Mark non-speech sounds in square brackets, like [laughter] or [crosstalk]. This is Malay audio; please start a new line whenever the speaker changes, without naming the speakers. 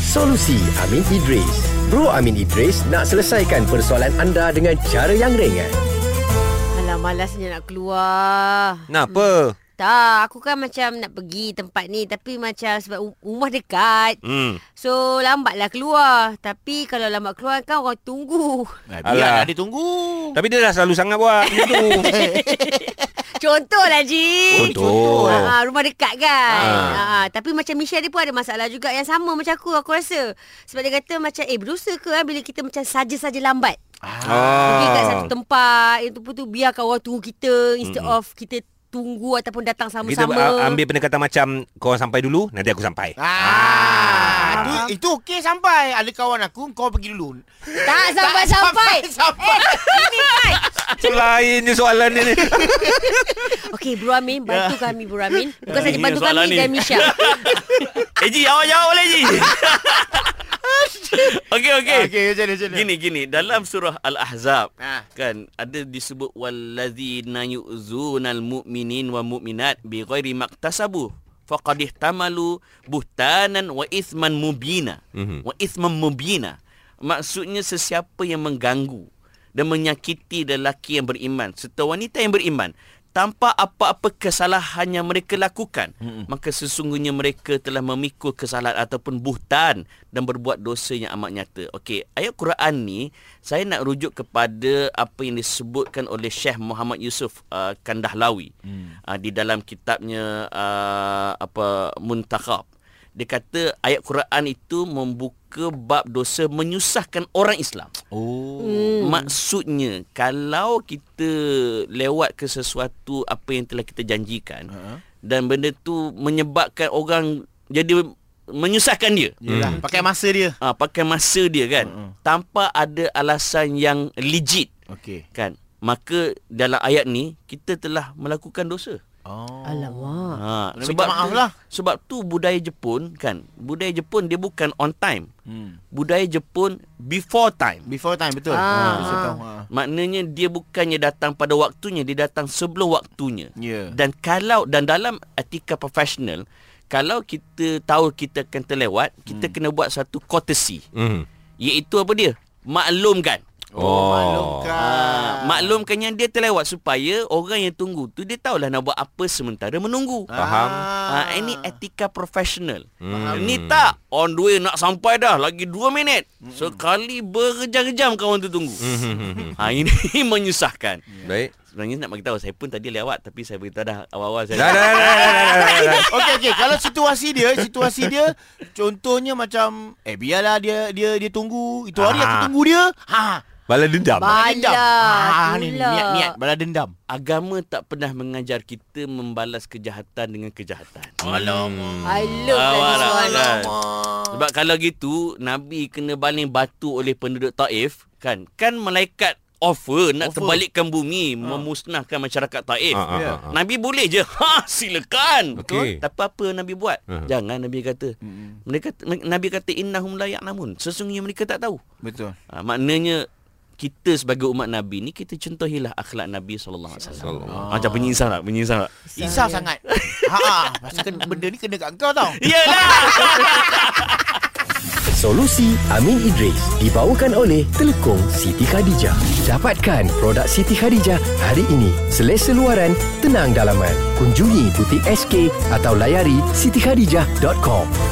Solusi Amin Idris Bro Amin Idris nak selesaikan persoalan anda dengan cara yang ringan.
Alah malasnya nak keluar.
Kenapa?
Tak, aku kan macam nak pergi tempat ni tapi macam sebab ru- rumah dekat.
Hmm.
So lambatlah keluar. Tapi kalau lambat keluar kan orang tunggu. [laughs]
Nah,
Alah.
biarlah dia tunggu.
Tapi dia dah selalu sangat buat macam [laughs] tu.
Contohlah Ji.
Contoh.
Ha, rumah dekat kan. Ha.
Ah.
tapi macam Michelle dia pun ada masalah juga yang sama macam aku aku rasa. Sebab dia kata macam eh berdosa ke eh, bila kita macam saja-saja lambat.
Ah.
Pergi kat satu tempat itu pun tu biarkan orang tunggu kita instead mm-hmm. of kita tunggu ataupun datang
Kita
sama-sama.
uh, ambil pendekatan macam kau sampai dulu, nanti aku sampai.
Ah, tu, Ah, itu okey sampai. Ada kawan aku, kau pergi dulu.
tak sampai-sampai.
Tak sampai.
Selain je soalan dia ni.
Okey, Bro Amin, bantu kami Bro Amin. Bukan
Ya,
saja
ini
bantu
soalan
kami
ni.
dan Misha.
Eh Ji, awak jawab boleh
[laughs]
Ji. Okey okey.
Eh. Okey, macam mana, macam mana?
Gini gini dalam surah Al-Ahzab
Ah.
kan ada disebut wallazina yu'zunal mu'minin wa mu'minat bighairi maktasabu faqad ihtamalu buhtanan wa ithman mubina
Mhm.
wa ithman mubina maksudnya sesiapa yang mengganggu dan menyakiti lelaki yang beriman serta wanita yang beriman tanpa apa-apa kesalahan yang mereka lakukan mm maka sesungguhnya mereka telah memikul kesalahan ataupun buhtan dan berbuat dosa yang amat nyata. Okey, ayat Quran ni saya nak rujuk kepada apa yang disebutkan oleh Syekh Muhammad Yusuf uh, Kandahlawi mm. uh, di dalam kitabnya uh, apa Muntakhab. Dia kata ayat Quran itu membuka bab dosa menyusahkan orang Islam.
Oh.
Hmm. Maksudnya kalau kita lewat ke sesuatu apa yang telah kita janjikan
Ha.
uh-huh. dan benda tu menyebabkan orang jadi menyusahkan dia.
Yalah, pakai masa dia.
Ah pakai masa dia kan
Hmm.
uh-huh. tanpa ada alasan yang legit
Okey.
kan. Maka dalam ayat ni kita telah melakukan dosa.
Oh.
Alamak.
Ha,
Kena minta maaf
tu,
lah.
Sebab tu budaya Jepun kan. Budaya Jepun dia bukan on time.
Hmm.
Budaya Jepun before time.
Before time betul.
Ah.
Before time, Ha.
Maknanya dia bukannya datang pada waktunya, dia datang sebelum waktunya.
Ya.
Dan kalau dan dalam etika profesional, kalau kita tahu kita akan terlewat, kita kena buat satu courtesy.
[laughs] Hmm.
Iaitu apa dia? Maklumkan.
Oh,
Oh.
maklumkan.
Ah.
Ha, maklumkan yang dia terlewat supaya orang yang tunggu tu dia tahulah nak buat apa sementara menunggu.
Ah.
Faham?
Ha, ini etika profesional.
Hmm.
Hmm. Ni tak on the way nak sampai dah lagi 2 minit. Sekali berjam-jam kawan tu tunggu.
Hmm.
Ha ini [laughs] menyusahkan.
Baik.
Sebenarnya nak bagi tahu saya pun tadi lewat tapi saya beritahu dah awal-awal saya.
Dah dah dah dah dah, dah, dah, dah.
Okey okey kalau situasi dia situasi dia contohnya macam eh biarlah dia dia dia tunggu itu hari
Ah.
aku tunggu dia ha
Balas dendam.
Ba-
balas dendam
Alah,
ha ni ni,
itulah.
niat niat balas dendam
Agama tak pernah mengajar kita membalas kejahatan dengan kejahatan.
alamak
I love
Awak
that
lah,
soalan.
kan? Sebab kalau gitu Nabi kena baling batu oleh penduduk Taif kan. Kan malaikat offer nak
Offer.
terbalikkan
Ha.
bumi, memusnahkan masyarakat Taif.
Ah, ah,
Ya.
ah, ah.
Nabi boleh je. Ha silakan.
Okey.
Betul? Tapi apa Nabi buat?
Ha.
Jangan Nabi kata. Mereka Nabi kata innahum la ya'lamun. Sesungguhnya mereka tak tahu.
betul
Ha, maknanya kita sebagai umat Nabi ni kita contohilah akhlak Nabi sallallahu alaihi wasallam. Ha, Macam penyinsang tak? Penyinsang tak?
Isah sangat ha ah pasal kena, benda ni kena kat kau tau
Iyalah.
Solusi Amin Idris dibawakan oleh Telukong Siti Khadijah. Dapatkan produk Siti Khadijah hari ini. Selesa luaran, tenang dalaman. Kunjungi butik SK atau layari sitikhadijah.com.